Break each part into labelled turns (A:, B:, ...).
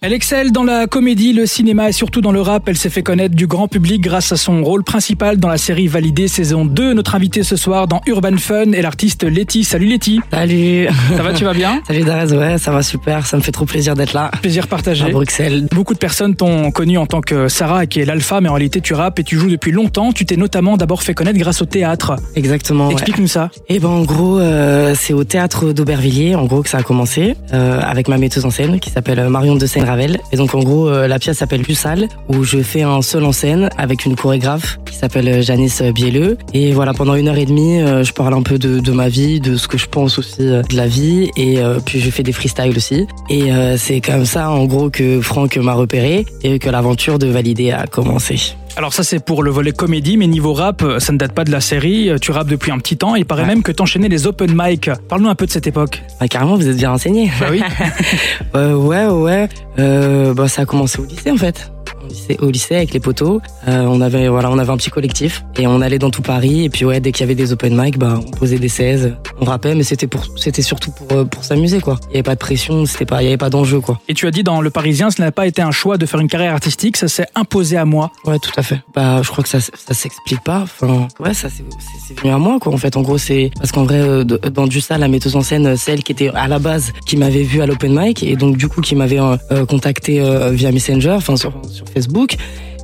A: Elle excelle dans la comédie, le cinéma et surtout dans le rap. Elle s'est fait connaître du grand public grâce à son rôle principal dans la série Validée saison 2. Notre invitée ce soir dans Urban Fun est l'artiste Letty. Salut Letty.
B: Salut
A: Ça va, tu vas bien
B: Salut Darès, ouais, ça va super, ça me fait trop plaisir d'être là.
A: Plaisir partagé.
B: À Bruxelles.
A: Beaucoup de personnes t'ont connu en tant que Sarah qui est l'alpha, mais en réalité tu rappes et tu joues depuis longtemps. Tu t'es notamment d'abord fait connaître grâce au théâtre.
B: Exactement. ouais.
A: Explique-nous ça.
B: Et ben en gros, euh, c'est au théâtre d'Aubervilliers, en gros, que ça a commencé, euh, avec ma metteuse en scène qui s'appelle Marion de Seine-Ravel. Et donc en gros, euh, la pièce s'appelle Lussal, où je fais un seul en scène avec une chorégraphe qui s'appelle euh, Janice Bielleux. Et voilà, pendant une heure et demie, euh, je parle un peu de, de ma vie, de ce que je pense aussi euh, de la vie, et euh, puis je fais des freestyles aussi. Et euh, c'est comme ça, en gros, que Franck m'a repéré et que l'aventure de Valider a commencé.
A: Alors ça c'est pour le volet comédie, mais niveau rap, ça ne date pas de la série. Tu rappes depuis un petit temps. Il paraît
B: Ouais.
A: même que t'enchaînais les open mic. Parle-nous un peu de cette époque.
B: Ah, carrément, vous êtes bien renseigné.
A: Bah oui.
B: Euh, ouais, ouais. Euh, bah, ça a commencé au lycée en fait. Au lycée- Au lycée avec les potos, Euh, on avait voilà, on avait un petit collectif et on allait dans tout Paris et puis ouais, dès qu'il y avait des open mic, bah on posait des 16, on rappait, mais c'était pour c'était surtout pour euh, pour s'amuser quoi. Il y avait pas de pression, c'était pas il y avait pas d'enjeu quoi.
A: Et tu as dit dans Le Parisien, ce n'a pas été un choix de faire une carrière artistique, ça s'est imposé à moi.
B: Ouais, tout à fait. Bah, je crois que ça, ça s'explique pas. Enfin, ouais, ça c'est c'est- c'est venu à moi, quoi. En fait, en gros, c'est parce qu'en vrai, euh, de- dans du ça, la metteuse en scène, euh, celle qui était à la base, qui m'avait vu à l'open mic et donc du coup qui m'avait euh, euh, contacté euh, via Messenger, enfin sur, sur Facebook.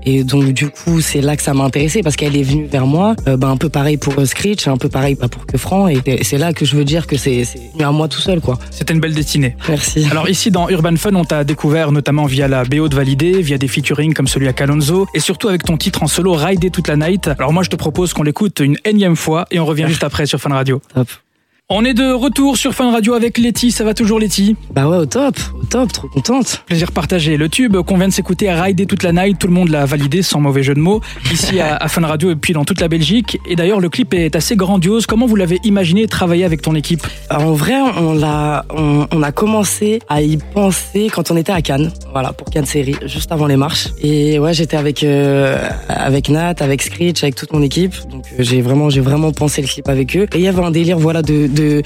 B: Et donc du coup, c'est là que ça m'a intéressé parce qu'elle est venue vers moi, euh, bah, un peu pareil pour euh, Screech, un peu pareil bah, pour que Franc. Et et c'est là que je veux dire que c'est c'est venu à moi tout seul, quoi.
A: C'était une belle destinée.
B: Merci.
A: Alors ici dans Urban Fun, on t'a découvert notamment via la BO de Validé, via des featuring comme celui à Calonzo, et surtout avec ton titre en solo Rider toute la night. Alors moi je te propose qu'on l'écoute une énième fois et on revient juste après sur Fun Radio.
B: Top.
A: On est de retour sur Fun Radio avec Letty, ça va toujours Letty
B: Bah ouais, au top, au top, trop contente.
A: Plaisir partagé. Le tube qu'on vient de s'écouter à Rider toute la night, tout le monde l'a validé sans mauvais jeu de mots, ici à, à Fun Radio et puis dans toute la Belgique. Et d'ailleurs le clip est assez grandiose. Comment vous l'avez imaginé et travaillé avec ton équipe
B: Euh, En vrai, on l'a, on, on a commencé à y penser quand on était à Cannes, voilà, pour Cannes Série, juste avant les marches. Et ouais, j'étais avec euh, avec Nat, avec Screech, avec toute mon équipe. Donc euh, j'ai vraiment, j'ai vraiment pensé le clip avec eux. Et il y avait un délire, voilà, de de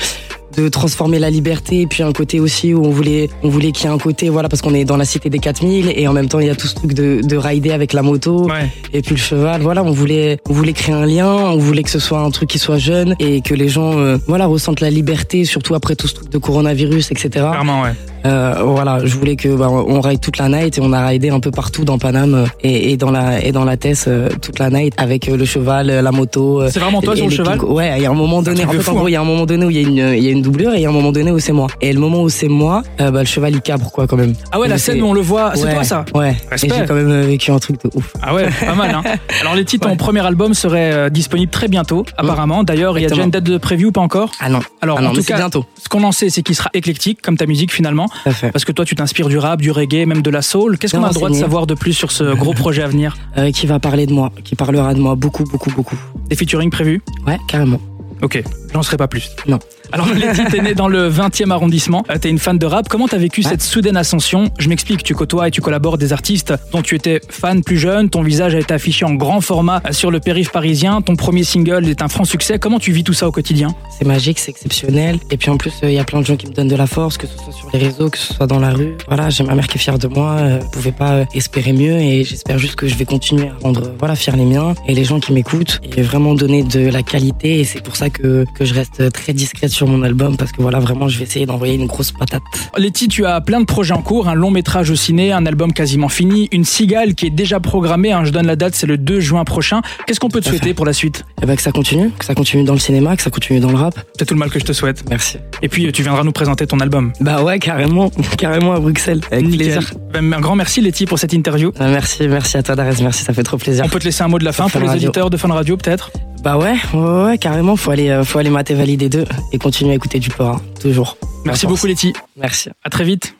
B: de transformer la liberté et puis un côté aussi où on voulait on voulait qu'il y ait un côté voilà parce qu'on est dans la cité des 4000 et en même temps il y a tout ce truc de, de rider avec la moto
A: Ouais.
B: et puis le cheval voilà on voulait on voulait créer un lien on voulait que ce soit un truc qui soit jeune et que les gens euh, voilà ressentent la liberté surtout après tout ce truc de coronavirus etc
A: Clairement, ouais.
B: Euh, voilà je voulais que bah, on ride toute la night et on a ridé un peu partout dans Paname euh, et, et dans la et dans la Tesse euh, toute la night avec euh, le cheval euh, la moto euh,
A: C'est vraiment toi
B: et
A: sur le
B: les
A: cheval Ah,
B: pics- Ouais, il y a un moment
A: C'est un
B: donné. En
A: truc de
B: fait, en
A: fou, hein.
B: gros, il y a un moment donné où il y, a une- il y a une doublure et il y a un moment donné où c'est moi. Et le moment où c'est moi, euh, bah, le cheval il cabre quoi quand même.
A: Ah ouais, la
B: Mais
A: scène
B: c'est-
A: où on le voit, c'est
B: Ouais,
A: toi ça
B: Ouais.
A: Respect.
B: Et j'ai quand même euh, vécu un truc de ouf.
A: Ah ouais, pas mal. Hein. Alors les titres,
B: Ouais. Mm.
A: ton premier album serait euh, disponible très bientôt, apparemment. D'ailleurs, il y a déjà
B: Exactement.
A: une date de preview, pas encore.
B: Ah non.
A: Alors
B: ah non,
A: en
B: mais
A: tout
B: c'est
A: cas,
B: bientôt.
A: ce qu'on en sait, c'est qu'il sera éclectique, comme ta musique finalement,
B: Tout à fait.
A: parce que toi, tu t'inspires du rap, du reggae, même de la soul. Qu'est-ce
B: Bien
A: qu'on a le droit de
B: renseigné.
A: savoir de plus sur ce gros projet à venir
B: Euh, qui va parler de moi, qui parlera de moi beaucoup, beaucoup, beaucoup.
A: Des featuring prévus
B: Ouais, carrément.
A: Ok, j'en serai pas plus.
B: Non.
A: Alors Letty, t'es née dans le 20e arrondissement, Euh, t'es une fan de rap. Comment t'as vécu
B: Ouais.
A: cette soudaine ascension Je m'explique, tu côtoies et tu collabores des artistes dont tu étais fan plus jeune, ton visage a été affiché en grand format euh, sur le périph' parisien, ton premier single est un franc succès. Comment tu vis tout ça au quotidien
B: C'est magique, c'est exceptionnel. Et puis en plus, euh, il y a plein de gens qui me donnent de la force, que ce soit sur les réseaux, que ce soit dans la rue. Voilà, j'ai ma mère qui est fière de moi. euh, Je pouvais pas euh, espérer mieux et j'espère juste que je vais continuer à rendre euh, voilà fiers les miens et les gens qui m'écoutent et vraiment donner de la qualité. Et c'est pour ça que que je reste très discrète sur mon album parce que voilà, vraiment, je vais essayer d'envoyer une grosse patate.
A: Letty, tu as plein de projets en cours, un long métrage au ciné, un album quasiment fini, une cigale qui est déjà programmée, hein, je donne la date, c'est le 2 juin prochain. Qu'est-ce qu'on peut te
B: Tout à
A: souhaiter pour la suite
B: Et ben que ça continue, que ça continue dans le cinéma, que ça continue dans le rap.
A: C'est tout le mal que je te souhaite.
B: Merci.
A: Et puis euh, tu viendras nous présenter ton album.
B: Bah ouais, carrément, carrément à Bruxelles. Avec
A: Nickel.
B: plaisir.
A: Ben, Un grand merci Letty pour cette interview.
B: Ah, Merci, merci à toi Darès, merci, ça fait trop plaisir.
A: On peut te laisser un mot de la
B: Sur
A: fin pour
B: Fun
A: les
B: Radio.
A: éditeurs de Fun Radio peut-être
B: Bah ouais, ouais, ouais, ouais, carrément, faut aller, euh, faut aller mater valider deux et continuer à écouter du port, hein, toujours.
A: Merci
B: Encore.
A: beaucoup Letty.
B: Merci.
A: À très vite.